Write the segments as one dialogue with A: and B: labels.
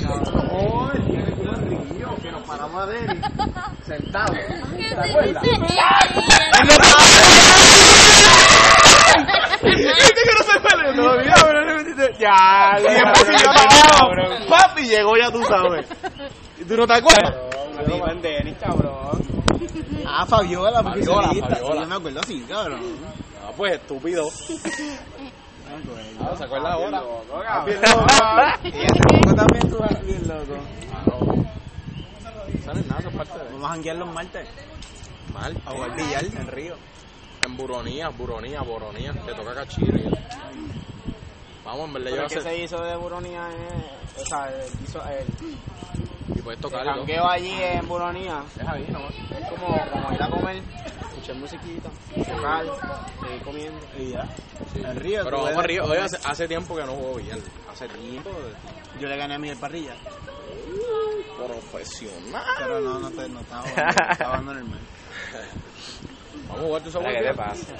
A: Oh, el día que estuvo en Río, que nos paramos a ver y sentados. ¿Te acuerdas?
B: Viste que no se sale todavía, pero no le metiste. Ya,
C: Y
B: ya,
C: después
B: ya,
C: siguió
B: ya,
C: apagado.
B: cabrón.
C: Papi llegó, ya tú sabes. ¿Y tú no te acuerdas?
B: Cabrón, yo iba en Denis, cabrón.
C: Ah, Fabiola, porque
B: Fabiola,
C: se lista.
B: Fabiola.
C: Yo me acuerdo así, cabrón.
B: Ah, pues estúpido. Ah, ¿Se acuerda ahora?
A: Bien
B: loco.
C: Y hace poco también tú eras bien loco.
B: Salen nada, son parte de
C: Vamos a janguear los martes.
B: mal.
C: A jugar billar en Río.
B: En Buronía, Buronía, Boronía. Te toca cachirri. Vamos, en verdad yo voy
A: Pero
B: a
A: ¿Qué
B: hacer.
A: se hizo de Buronía? eh? O sea, el- hizo el,
B: Y puedes
A: el
B: tocarlo.
A: jangueo allí en Buronía.
B: Deja ahí nomás.
A: Es como, como ir a comer, escuchar musiquita, tocar, seguir comiendo.
C: Y ya.
B: Sí.
C: En Río.
B: Pero
C: tú
B: vamos
C: eres-
B: arriba. Oye, hace, hace tiempo que no juego billar. Hace tiempo.
C: Yo le gané a Miguel Parrilla.
B: Profesional.
C: Pero no, no, te- no estaba jugando. Estaba jugando en el mar.
B: Vamos a jugar tu sabor.
D: Mira, ¿Qué te pasa?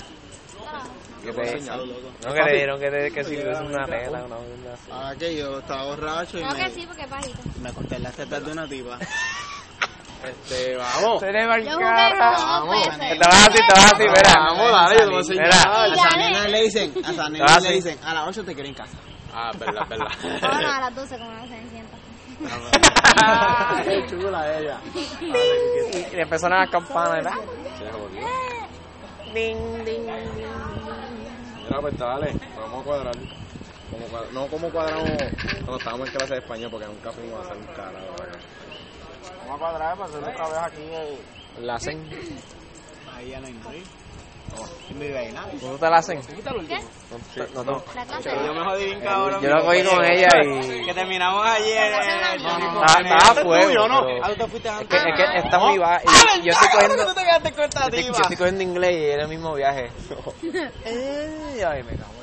B: Yo
D: ¿Qué
B: puedo
D: te
B: enseñar, loco.
D: No, que le dieron que, te, que si es una nena o una una así.
C: Ah, que yo estaba borracho y
E: Creo que
C: me,
E: sí, porque es bajito.
C: me corté las tetas de una tipa.
B: Este, vamos.
D: Se le
E: Yo jugué como
C: Vamos,
E: dos
C: gané.
E: veces.
D: Estabas así, estabas así, mira.
B: Vamos, dale, yo te voy a enseñar.
D: Mira.
C: Ah, A
E: Y
C: esa
E: gané.
C: nena le dicen, a esa nena
D: Ah,
C: le
D: sí.
C: dicen, a las 8 te quiero en casa.
B: Ah, verdad,
E: Bueno,
B: verdad.
E: a las 12 como no se sienta.
A: Ah, qué chula ella.
D: Y le empezaron las campanas, ¿verdad?
B: Se jodió. Mira, pues dale, vamos a cuadrar. Como cua- no como cuadramos cuando estábamos en clase de español porque nunca fuimos a hacer un carajo. para acá.
A: Vamos a cuadrar para hacer otra vez aquí. eh.
D: La hacen.
C: Ahí Oh, ya no hay nadie. En mi vaina.
D: ¿No te la hacen?
E: ¿Qué?
D: No, no.
E: La clase.
A: Yo me jodí bien
C: Eh,
A: cabrón.
D: Yo la cogí con ella y...
A: Que terminamos ayer. eh,
E: No, no,
D: Ah, estaba a fuego,
A: Ah,
D: pero-
A: tú te fuiste
D: Es
A: antes.
D: que, es que está muy baja
C: Ah,
D: y yo estoy cogiendo... Yo estoy, yo estoy cogiendo inglés y era el mismo viaje. Eh, ay, me cago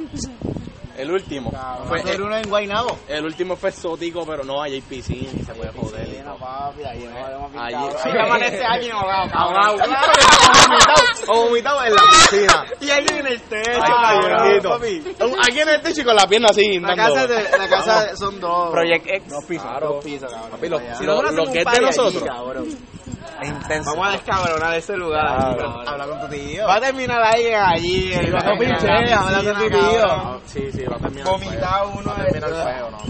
D: en...
B: El último. Fue,
C: Fue
B: el,
C: uno en Guaynabo.
B: el último fue exótico, pero no hay piscina y se puede joder. y
A: Sí, no,
B: todo.
A: papi, ahí nos jodemos bien
B: Ahí-
A: cabrón.
B: ahí-
A: Ahí amanece alguien ahogado,
B: Ahogado. Claro
A: cabrón.
B: que sí, vomitado. O vomitado en la piscina.
C: Y ahí en el techo.
B: Ay, cabroncito. Un- Aquí en el techo y con la pierna así.
C: La
B: dando-
C: casa, de, la casa son dos.
D: Project X.
C: Dos pisos.
B: Claro.
C: Dos pisos, cabrón.
B: Papi, lo-
C: Allá.
B: si nosotros
C: Lo-
B: hacemos
C: lo
B: un
C: que es
B: party
C: de
B: allí,
C: nosotros.
D: Es intenso.
A: Vamos a descabronar ese lugar. ahí,
D: Claro.
A: cabrón.
C: Habla con tu tío.
A: Va a terminar ahí, allí. en
C: no
A: la- eh, en la
C: pinches, habla con tu
A: piscina,
C: tío.
A: cabrón.
B: Sí, sí, va a terminar.
A: Vomitado uno de-
B: terminar feo, no, no.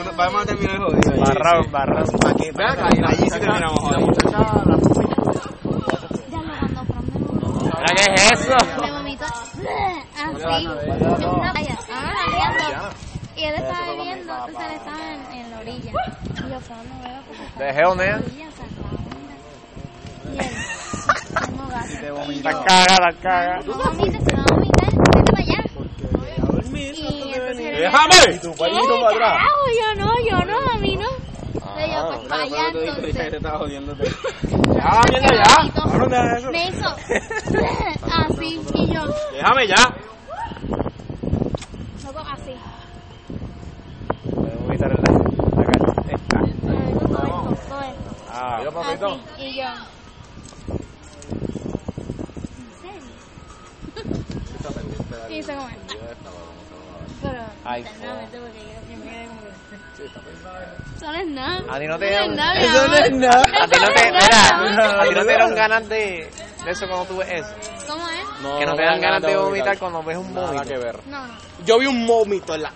A: Uno- Vamos a terminar el jodido. allí.
D: Barrón, barrón.
C: ¿Para qué?
A: Ve acá, y allí sí terminamos jodido.
E: Ya lo mandó pronto.
D: ¿Pero qué es eso?
E: Me vomitó. Ah, sí. Yo una playa. Ah, aliando. Y él estaba bebiendo, entonces él estaba en, en la orilla. Y yo, ¿cómo no veo? Porque estaba
D: Dejé un
E: en la
D: nene.
E: orilla, o sea, estaba mirando. Y él, tengo ganas. Y
D: La
E: yo,
D: caga, la caga.
E: No vomites, se va a vomitar, vete para allá. Y entonces él-
B: ¡Déjame!
E: ¿Qué? Carajo, yo no, yo no, a mí no. Entonces yo, pues para allá, entonces.
A: estaba jodiéndote.
B: ¡Ah, mierda ya!
E: Cabrón, Me hizo así y yo,
B: ¡Déjame ya!
E: luego así.
D: Voy a vomitar en la- la calle. Esta.
E: Luego todo esto, todo esto.
D: Ah,
B: Yo, papito.
E: Así, y yo. ¿En serio? Y hizo como. Pero,
D: Ay,
E: internamente, porque yo primero como que- Eso no es nada.
D: A ti no te
E: Eso
D: dan-
E: nada, mi
C: Eso no
E: amor.
C: es nada.
D: a ti no te,
E: Eso no es nada.
D: mira, a ti no te dieron ganas de, de eso cuando tú ves eso.
E: ¿Cómo es?
D: que no te dan ganas de vomitar cuando ves un
B: Nada que
D: vómito.
B: ver.
E: No, no.
B: Yo vi un vómito en la...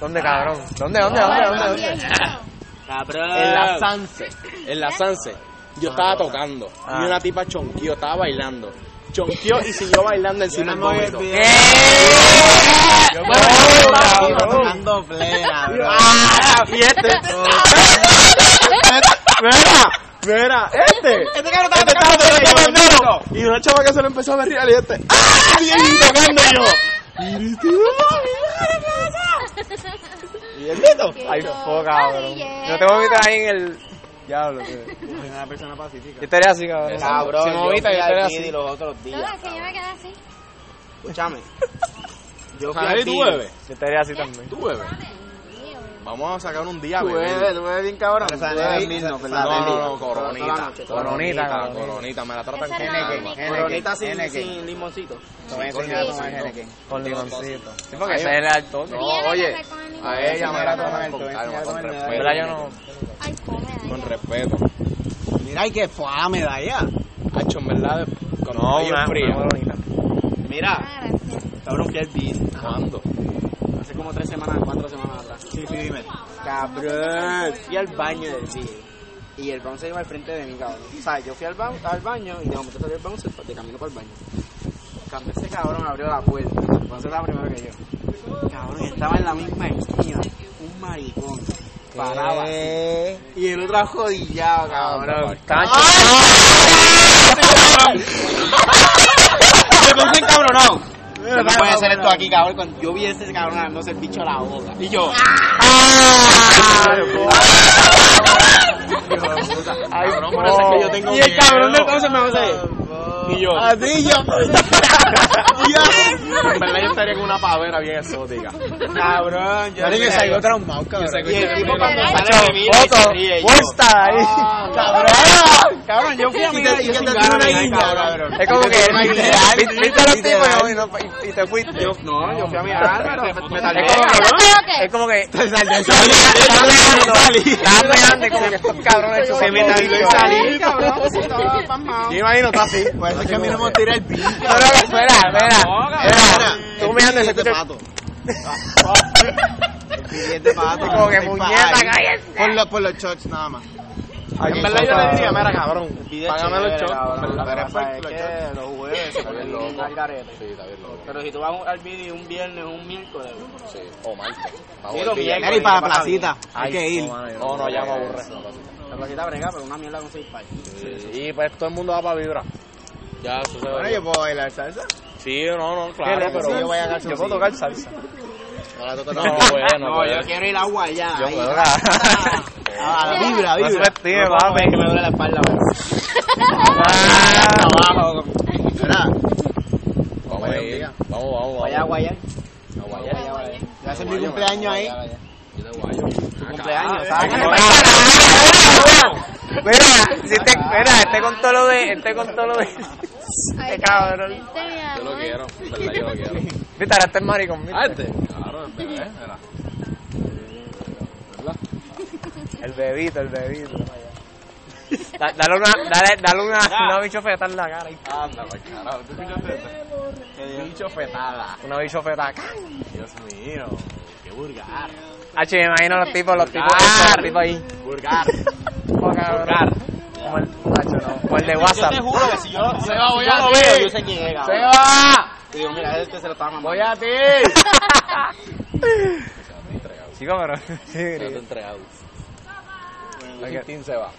D: ¿Dónde, cabrón? ¿Dónde, dónde, dónde,
E: Pero
D: dónde?
E: sí,
D: dónde?
E: claro.
A: Cabrón.
B: En la
A: Sanse.
B: En la Sanse. Yo estaba tocando.
D: Ah.
B: Y una tipa chonqueó, estaba bailando. Chonqueó y siguió bailando encima del vómito.
D: ¡Eh!
C: Yo
D: Bueno,
C: me
D: cabrón.
C: tocando plena, bro.
B: ¡Ah, la fiesta! ¡Mira! ¡Mira! ¡Este! ¡Este cabrón estaba tocando el dedo! Y una chava que se lo empezó a berrear y este... ¡Ah! ¡Bien! y tocando yo! Y este, ¿Y el dedo?
D: Ay,
E: Yo-
D: fo, cabrón.
E: Ay, yeah.
D: Yo te voy a vomitar ahí en el... Diablo, tío.
C: Soy una persona pacífica.
D: Yo estaría así, cabrón.
A: Cabrón,
D: Si me vomitas, yo
A: yo fui
D: estaría
A: al
D: así.
A: Kid los otros
E: Lola,
A: días.
E: que yo me quedé así.
A: Escúchame. Yo fui
B: Javi,
A: al
B: ¿tú
A: Kid.
B: bebes?
D: Yo estaría así también.
B: ¿Tú bebes?
E: Mío,
B: Vamos a sacar un día,
C: Tú bebes,
B: bebé.
C: tú bebes bien cabrón.
F: Pero esa
C: Tú
F: de
C: bebes
F: ahí,
C: mil, no,
F: esa-
C: ¿verdad?
B: No,
C: Bebes.
B: no, no,
C: Toda- toda la
B: coronita.
C: noche, toda la noche.
D: Coronita,
B: Coronita,
D: coronita.
B: coronita. Me la tratan
E: Esa es la
D: Geneque,
E: única.
D: geneque.
C: Coronita sin,
F: Geneque.
C: sin limoncito.
F: Te voy a enseñar a tomar Heineken.
D: Con limoncito. Sí, porque ese es el alto.
E: Tiene
D: No,
E: que
B: oye,
E: ser con el limón.
B: A ella me la tratan
F: Con
B: con calma,
F: calma,
B: con
F: con
B: respeto.
D: ¿Verdad? Yo no.
E: Ay, come, ay,
B: Con
E: ya.
B: respeto.
F: Mira, y que fame da allá.
B: Hacho, en verdad, con
D: No, una,
B: frío.
D: una coronita.
F: Mira,
E: Ah, gracias.
F: cabrón, que es bien.
B: ¿Cuándo?
C: Hace como tres semanas, cuatro semanas atrás.
F: Sí, sí, dime.
C: Cabrón, fui al baño del día. Y el bouncer iba al frente de mí, cabrón. O sea, yo fui al, ba- al baño y de momento salió el bouncer pa- de camino para el baño. Cambió ese cabrón, abrió la puerta. El bouncer estaba primero que yo. Cabrón, estaba en la misma esquina. Un maricón. Paraba. así.
D: Eh,
C: Y el otro jodillado, cabrón.
D: Cabrón, estaba chupando.
C: Me puse encabronado.
F: No puede hacer esto aquí,
C: cabrón. Cuando yo vi ese cabrón dándose el bicho a la boca. Y yo.
D: ¡Ah! Ay,
B: Cabrón, por eso es que yo tengo
C: Y el
B: miedo.
C: cabrón de entonces me hace.
B: Y yo.
F: Así yo.
B: En verdad, yo estaría con una pavera bien exótica.
C: Cabrón, yo.
F: Yo que salgo traumado, cabrón.
C: Y el tipo cuando
E: Cacho,
C: sale de mí, me
D: foto,
C: sonríe, y yo, Ah,
D: puesta ahí.
C: Cabrón, cabrón, yo fui a mi
F: te- y que te tira una guinda, cabrón.
D: Es como que
F: Literal,
D: viste viste a los tipos
F: literal.
D: y no- y no- y te fuiste.
C: Yo, no, yo fui a mirar, pero me tardé.
D: Es como que,
E: Creo que-
D: es como que,
B: salí.
D: estás pegando, y como que estos cabrones
C: Se me tardó en salir, cabrón. se estaba pasmado.
D: Yo imagino, está así.
F: Pues es que a mí no me tira el bicho.
D: No, no, espera, espera, espera. Tú me andas,
F: de
D: escuchas.
F: pato. El billete de pato.
D: Como que
F: el
D: puñeta,
F: pie.
D: cállense.
F: Por los, por los shots nada más.
B: En verdad, yo le diría, mira, cabrón.
C: Pide
B: Págame
C: chévere,
B: los shots.
C: cabrón,
B: en
C: lo que
B: verdad.
C: pasa es que los jueves se ponen
B: loco.
C: bien al garete.
B: Sí, está bien loco.
C: Pero si tú vas al video un viernes, un miércoles.
B: Sí. Oh, O Marte.
C: Sí, lo vi,
F: Mira, y para la placita.
D: Ay,
F: Hay que ir.
D: no, mano,
B: No, no, ya me aburre.
C: La placita brega, pero una mierda con seis pais.
B: Y pues todo el mundo va para vibra. Ya, eso se
F: Bueno,
B: ve.
F: yo puedo bailar salsa.
B: Sí, no, no, claro, pero
F: yo voy a
B: yo puedo tocar salsa.
F: No la toco
B: No,
F: tampoco.
B: bueno,
C: No, yo quiero ir a Guayá.
B: Yo
C: ahí. Ah,
B: puedo.
F: Ah, la vibra,
D: No se
F: vibra.
D: fastidie,
C: No,
D: papi.
C: es que me duele la espalda, pero.
D: Ah,
C: Abajo.
F: Mira,
B: Vamos a ir. Vamos, vamos,
C: Guayá,
B: vamos.
C: Guayá.
B: No, Guayá.
F: voy a hacer mi cumpleaños ahí.
C: Tu cumpleaños,
D: Ah,
C: ¿sabes?
D: no, no, no, no. Mira, si te, mira, este con todo lo de, este con todo lo de,
E: Ay,
D: este cabrón.
E: vente, mi
B: Yo lo
E: amor.
B: quiero, en verdad, yo lo quiero.
D: Viste, ahora está el maricón, viste.
B: Ah, este. Claro, este, ¿eh? Mira.
D: El bebito, el bebito. Da- dale una, dale, dale una, una bichofeta en la cara. ahí.
B: Anda, pues carajo, ¿tú escuchaste esto? Qué bicho fetada.
D: Una bichofeta acá.
B: Dios mío, qué vulgar.
D: Ah, che, me imagino los tipos, los tipos,
B: Vulgar.
D: los tipos ahí.
B: Vulgar.
D: Como cabrón. Como el, macho, no. Como el de WhatsApp.
C: juro que si yo
B: Se va, voy
C: yo
B: a
C: lo
B: ti.
C: veo, yo sé quién es, cabrón.
D: va!
C: Y digo, mira, este se lo está mamando.
B: Voy a ti.
D: Chico, pero... Sí,
B: Se
D: gris.
B: hace entregado. Justin se va.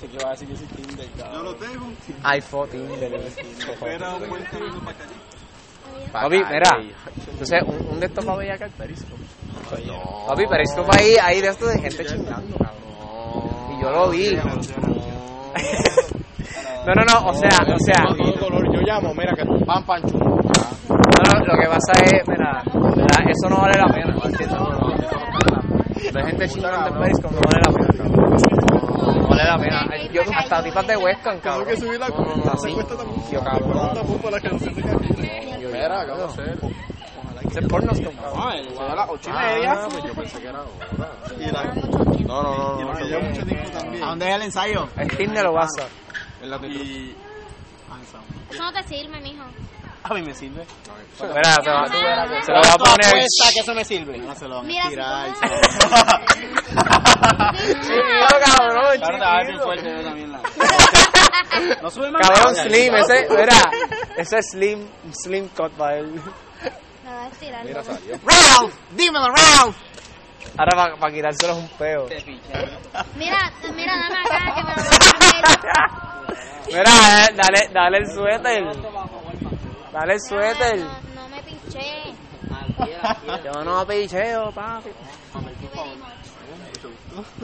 C: Sí, que va a decir que soy Tinder, cabrón.
D: iPhone, Tinder.
B: Pa'
D: Papi,
B: calle.
D: mira. Entonces, un, un de estos va a ver acá el Periscope.
B: No.
D: Papi, Periscope ahí, ahí de esto de gente chingando, cabrón.
B: No.
D: Y yo lo vi.
B: No.
D: No, no, no, o sea, o sea.
B: Yo tengo todo color, yo llamo, mira que pan pan chulo.
D: No, no, lo que pasa es, mira, ¿verdad? eso no vale la pena. La gente chingando en Periscope no vale la pena. cabrón. No vale la pena. Ay, Yo hasta tipas de Westcam, cabrón.
B: la cuenta, se cuesta también. Yo cabrón. Mira, ¿qué vamos a hacer?
D: Ese es porno, cabrón. Ah,
C: No, el Guayá a las ocho y media.
B: pues yo pensé que era ahora.
D: No, no, no.
F: ¿A dónde es el ensayo?
D: Es Tinder o WhatsApp.
C: Ah,
E: No te sirve, mijo.
C: A mí me sirve.
D: Mira, se, va, se lo va a
C: ¿Cuánto
D: poner.
C: apuesta que eso me sirve?
F: No se lo van a
E: Mira, si tú
F: tirar.
E: vas
F: se
E: a-
F: lo van a-
D: Chiquito, cabrón,
C: Claro, te va a dar bien
D: chiquito.
C: fuerte yo también la. No sube más.
D: Cabrón
C: nada.
D: Slim, ese, mira, ese Slim, Slim cut va él.
E: Me vas a tirar.
B: Mira, salió.
D: Ralph, dímelo Ralph. Ahora para pa quitárselo es un peo.
E: Mira, mira, dame acá que me lo voy a poner.
D: Mira, eh, dale, dale el suéter. Dale el suéter.
E: No, no, no me pinché.
D: Yo no picheo, papi.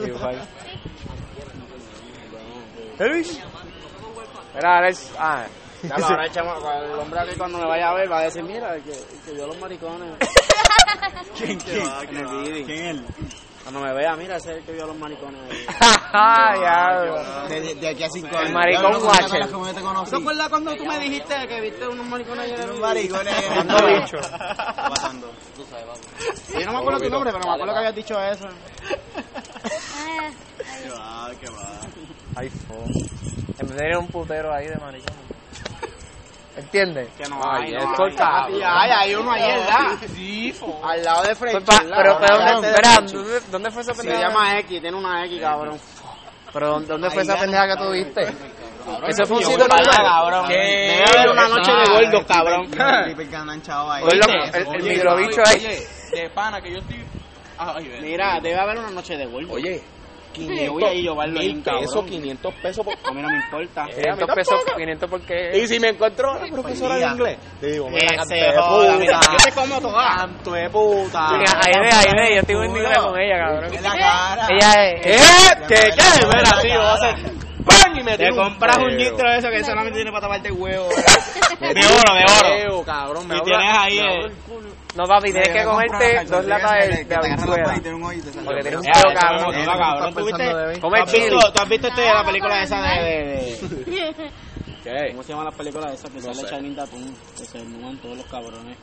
D: Igual. Elvis. Mira, dale el... Ah.
C: Ya, ahora el chamo- el hombre aquí cuando me vaya a ver va a decir, mira, que, que yo los maricones. ¿Quién, quién?
A: En el video.
C: ¿Quién él?
A: Cuando me vea, mira, ese es el que vio a los maricones. ahí.
D: ya,
C: De, de- de aquí a cinco años.
D: El maricón
C: Ya no sabía
D: Watcher.
C: cómo yo te conocí.
A: ¿Te acuerdas cuando tú me dijiste que viste unos maricones ayer?
C: Un
A: en el video?
C: maricón ahí.
D: Ando bicho.
C: Pasando.
A: Yo no me acuerdo tu nombre, pero me acuerdo que habías dicho eso.
E: Ah,
C: Qué va, qué va.
D: Ay, fo. En vez de ir a un putero ahí de maricón. ¿Entiendes?
A: Que no
D: Ay,
A: hay, no
D: esto
A: hay.
D: es cabrón.
A: Papi, Ay, hay uno ahí, ¿verdad?
C: Sí, fo.
A: Al lado de Frey.
D: Pues pa- pero, pero,
A: cabrón.
D: ¿dónde, espera, ¿dónde, dónde fue esa
A: Se
D: pendeja?
A: llama X, tiene una X, cabrón.
D: Pero ¿dónde, dónde fue esa pendeja que tú viste? Eso fue un
A: yo
D: sitio
A: voy para allá,
D: normal.
A: cabrón.
D: ¿Qué?
A: Debe haber una noche de gordos, cabrón.
C: Felipe que andan chavos ahí.
D: Oye, el, el microbicho ahí.
B: de pana que yo estoy. Ay, ven.
A: Mira, debe haber una noche de gordos.
B: Oye,
A: yo voy ahí, yo bailo ahí,
B: pesos,
A: cabrón.
B: 500 pesos por.
A: A mí no me importa.
D: 500 pesos, 500 porque...
B: Y si me "Ah, encuentro a la profesora de
C: Pues,
B: inglés, le digo,
A: Que
B: mira,
A: se
B: canto de
A: joda,
B: puta,
A: mira, yo te como toda.
B: canto de puta.
D: Mira, Aide, Aide, yo estoy muy indignada con ella, cabrón.
C: En la cara.
D: Ella es...
B: ¿Qué? ¿Qué? ¿Qué? Mira, tío, va a ser ¡Pam! Y me
A: Te
B: tiro
A: compras un
B: peo.
A: litro de eso que solamente tiene para taparte el huevo.
B: Me
A: De
B: tiro
A: oro,
B: un
A: de oro.
B: peo, cabrón, me
A: Y
B: abro-
A: tienes ahí
B: me
A: el-
D: eh.
B: abro culo.
D: No, papi, tienes que
C: Debe comprar
D: comerte
C: una
D: dos latas
C: salchicha
D: de, de
C: que te agarra la
D: habichuela.
C: puerta y tiene un hoyito, esa
D: Porque tiene un
C: loca.
A: Ya,
D: peo,
A: ya,
D: cabrón.
A: ya, ya, cabrón. ¿Tú viste- ¿Tú
D: Come
A: has
D: chili.
A: visto- tú has visto este, la película esa de- de... de-
B: ¿Qué?
A: ¿Cómo se llama la película esa que sale
B: sé.
A: Channing Tatum? Que se desnudan todos los cabrones.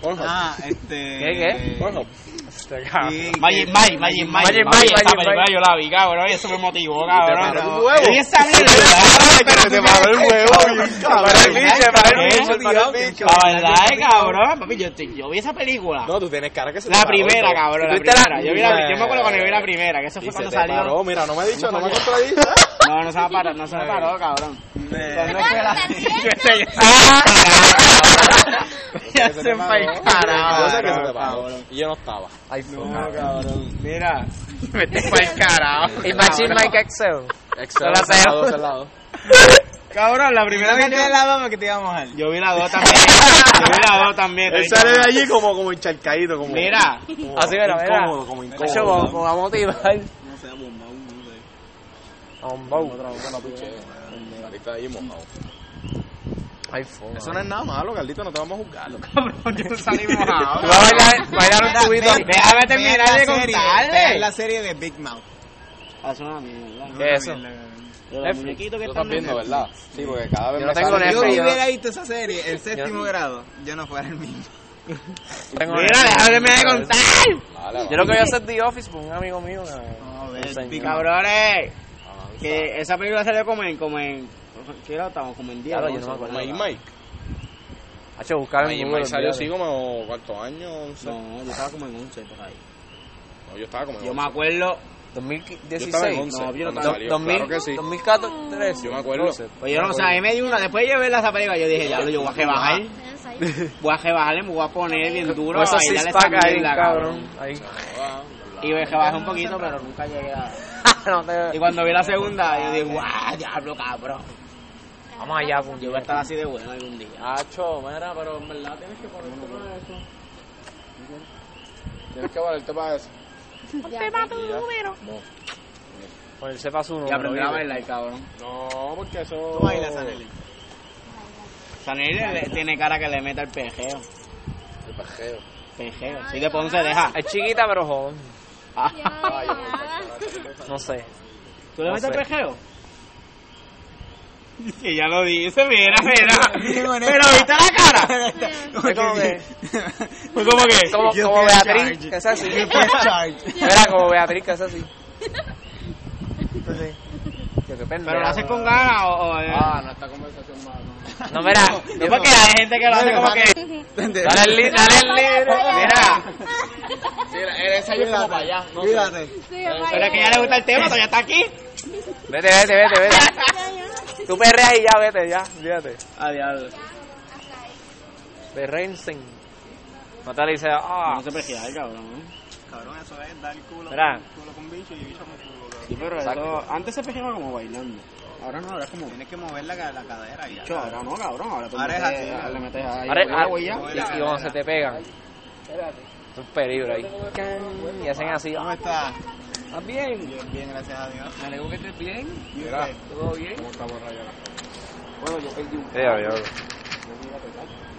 B: Pornhub.
C: Ah, este.
D: ¿Qué, qué?
B: Pornhub.
D: Este, cabrón.
C: Sí,
A: Magic
C: que-
A: Mike, Magic Mike.
D: Magic
A: papi,
D: Mike,
A: Esa
D: Magic
A: película
D: Mike.
A: yo la vi, cabrón, y eso me motivó,
B: paró
A: cabrón.
B: un huevo.
A: Y esa mierda,
B: Se paró el huevo,
D: Para el
B: bien, cabrón.
D: bicho, para el bicho, para el bicho.
A: La verdad, eh, cabrón. Papi, yo, te- yo vi esa película.
B: No, tú tienes cara que se te
A: La
B: paró,
A: primera,
B: bro.
A: cabrón, la
D: ¿Viste la-
A: primera. Yo, vi la, yo me acuerdo cuando vi la primera, que eso
B: Y
A: fue
B: se
A: cuando
B: te
A: salió.
B: paró, mira, no me ha dicho, no me ha contradicho. ¿eh?
A: No, no se me paró, no se me paró, cabrón.
C: de-
D: Ya se fue el carajo.
B: Yo sé que se te
A: cabrón,
B: paró. Y yo no estaba.
D: Ay, fo,
B: cabrón.
A: Mira,
D: Vete pa'l carajo. Y Machine Mike Excel.
B: Excel,
D: Hola,
B: al lado,
D: Teo.
B: al lado.
A: cabrón, la primera
C: Primero
A: vez
C: que
A: que
C: te
A: la...
C: la dama que te iba a mojar.
A: Yo vi la dos también. Yo vi la dos también.
B: Él sale de allí como, como encharcadito, como.
A: Mira,
B: como
D: Así, mira, mira.
B: Incómodo, como
D: Nacho,
B: incómodo.
D: vamos vamos a motivar.
C: No sé, bomba, un- no sé.
D: A un bow.
B: Carlito ahí mojado.
D: Ay, fo.
B: Eso no es nada malo, Carlito, no te vamos a juzgarlo.
A: salimos
D: Tú vas a bailar, bailar un tubito.
C: Ve-
A: Déjame
C: ve
A: terminar
C: la
A: de
C: serie,
A: contarle.
C: ve la serie de Big Mouth.
A: Hace una mierda.
D: ¿Qué es eso?
A: De los
D: Netflix.
A: muñequitos que
B: Tú
A: están
B: estás viendo,
A: en-
B: ¿verdad? Sí, porque cada vez
D: Yo
B: me
D: no tengo
B: sale-
C: Yo
D: Netflix.
B: Yo-
C: hubiera visto esa serie en séptimo grado, yo no fuera el mismo.
D: Tengo-
A: Mira, déjame de contar.
B: Vale,
D: Yo
B: vale.
D: lo que voy a hacer es The Office con un amigo mío. que-
C: No,
D: el señor.
A: Cabrones,
B: Ah,
A: que esa película salió como en, como en, ¿qué era? Estamos como en 10.
D: Claro, yo
A: once,
D: no me acuerdo.
B: Mike Mike.
D: Hacho, buscar en
B: Mike
D: Google,
B: Mike salió
D: olvídate.
B: así como cuarto año, once. No,
A: No, yo estaba como en 11 por ahí.
B: yo estaba como. en
A: Yo
B: once.
A: me acuerdo,
D: 2016.
B: once
A: no, yo no
B: cuando
A: estaba-
B: salió,
D: 2000,
B: claro que sí.
D: 2014.
B: Yo me acuerdo.
D: 12.
A: pues yo no sé, ahí me dio una, después yo ver esa película, yo dije, ya lo, yo voy a rebajar, voy a rebajarle, me voy a poner bien duro
D: Con
A: a
D: esos
A: bailar
D: six
A: esa
D: pack ahí,
A: mierda, cabrón.
D: cabrón. Ahí.
A: Y me rebajé un poquito, pero nunca llegué a...
D: No
A: Y
D: te-
A: cuando vi la segunda, yo dije, guau, diablo, cabrón.
D: Vamos allá, pues.
A: Yo voy a estar
D: puñeta.
A: así de bueno algún día.
B: Hacho, mira, pero en verdad tienes que ponerte para eso. Tienes que valerte para eso. No.
D: Ponerse pa' su
A: Y
D: número.
A: aprendí a
D: vive.
A: bailar, cabrón.
B: No, porque eso.
C: Tú bailas, Aneli.
A: Sanel le- le- tiene cara que le meta el pejeo.
B: El pajeo.
A: Pejeo. Si de Ponce deja.
D: Es chiquita, pero joven.
E: Yo
D: No sé.
A: ¿Tú le
D: No
A: metes
D: sé.
A: pejeo? Que ya lo dice, mira, mira.
C: Digo, en
A: Pero viste la cara.
D: Es como que.
A: Fue como que.
D: Como,
C: Yo
D: como
C: estoy en
D: Beatriz,
C: charge.
D: que es así.
C: Yo estoy en charge.
D: Era como Beatriz, que es así. Entonces, Yo qué pendejo.
A: Pero lo haces con ganas o. o-
B: Ah, no, esta conversación va. No.
D: No, mira.
A: no, porque hay gente que lo hace como que.
D: Dale el li- dale el libre. Mira.
C: Cuídate.
A: Pero es que ya le gusta el tema, todavía está aquí.
D: Vete, vete, vete, vete. Tú perreas y ya, vete, ya. Fíjate.
A: A diablo.
D: Perrensen. No te dice, ah.
A: No se pejea, cabrón.
C: Cabrón, eso es dar culo,
D: Mira.
C: con- culo con bicho y bicho con culo, cabrón.
A: Sí, pero eso. Antes se pejeaba como bailando. Ahora no, ahora es como.
C: Tienes que mover la, ca- la cadera ya.
A: Yo, ahora no, cabrón. Ahora tú
C: Ahora es
A: metes-
C: así,
A: le metes ahí.
D: Ahora,
A: la
D: ahora, ah, y,
A: huella.
D: y cuando se te pegan. Es un peligro ahí. Can, Y hacen así. ah.
C: ¿Cómo estás?
D: ¿Estás bien?
C: Bien, bien, gracias a Dios.
D: Me alegro que estés bien.
B: Mira,
D: ¿Todo bien?
B: ¿cómo estamos rayando?
D: Sí, ya, ya.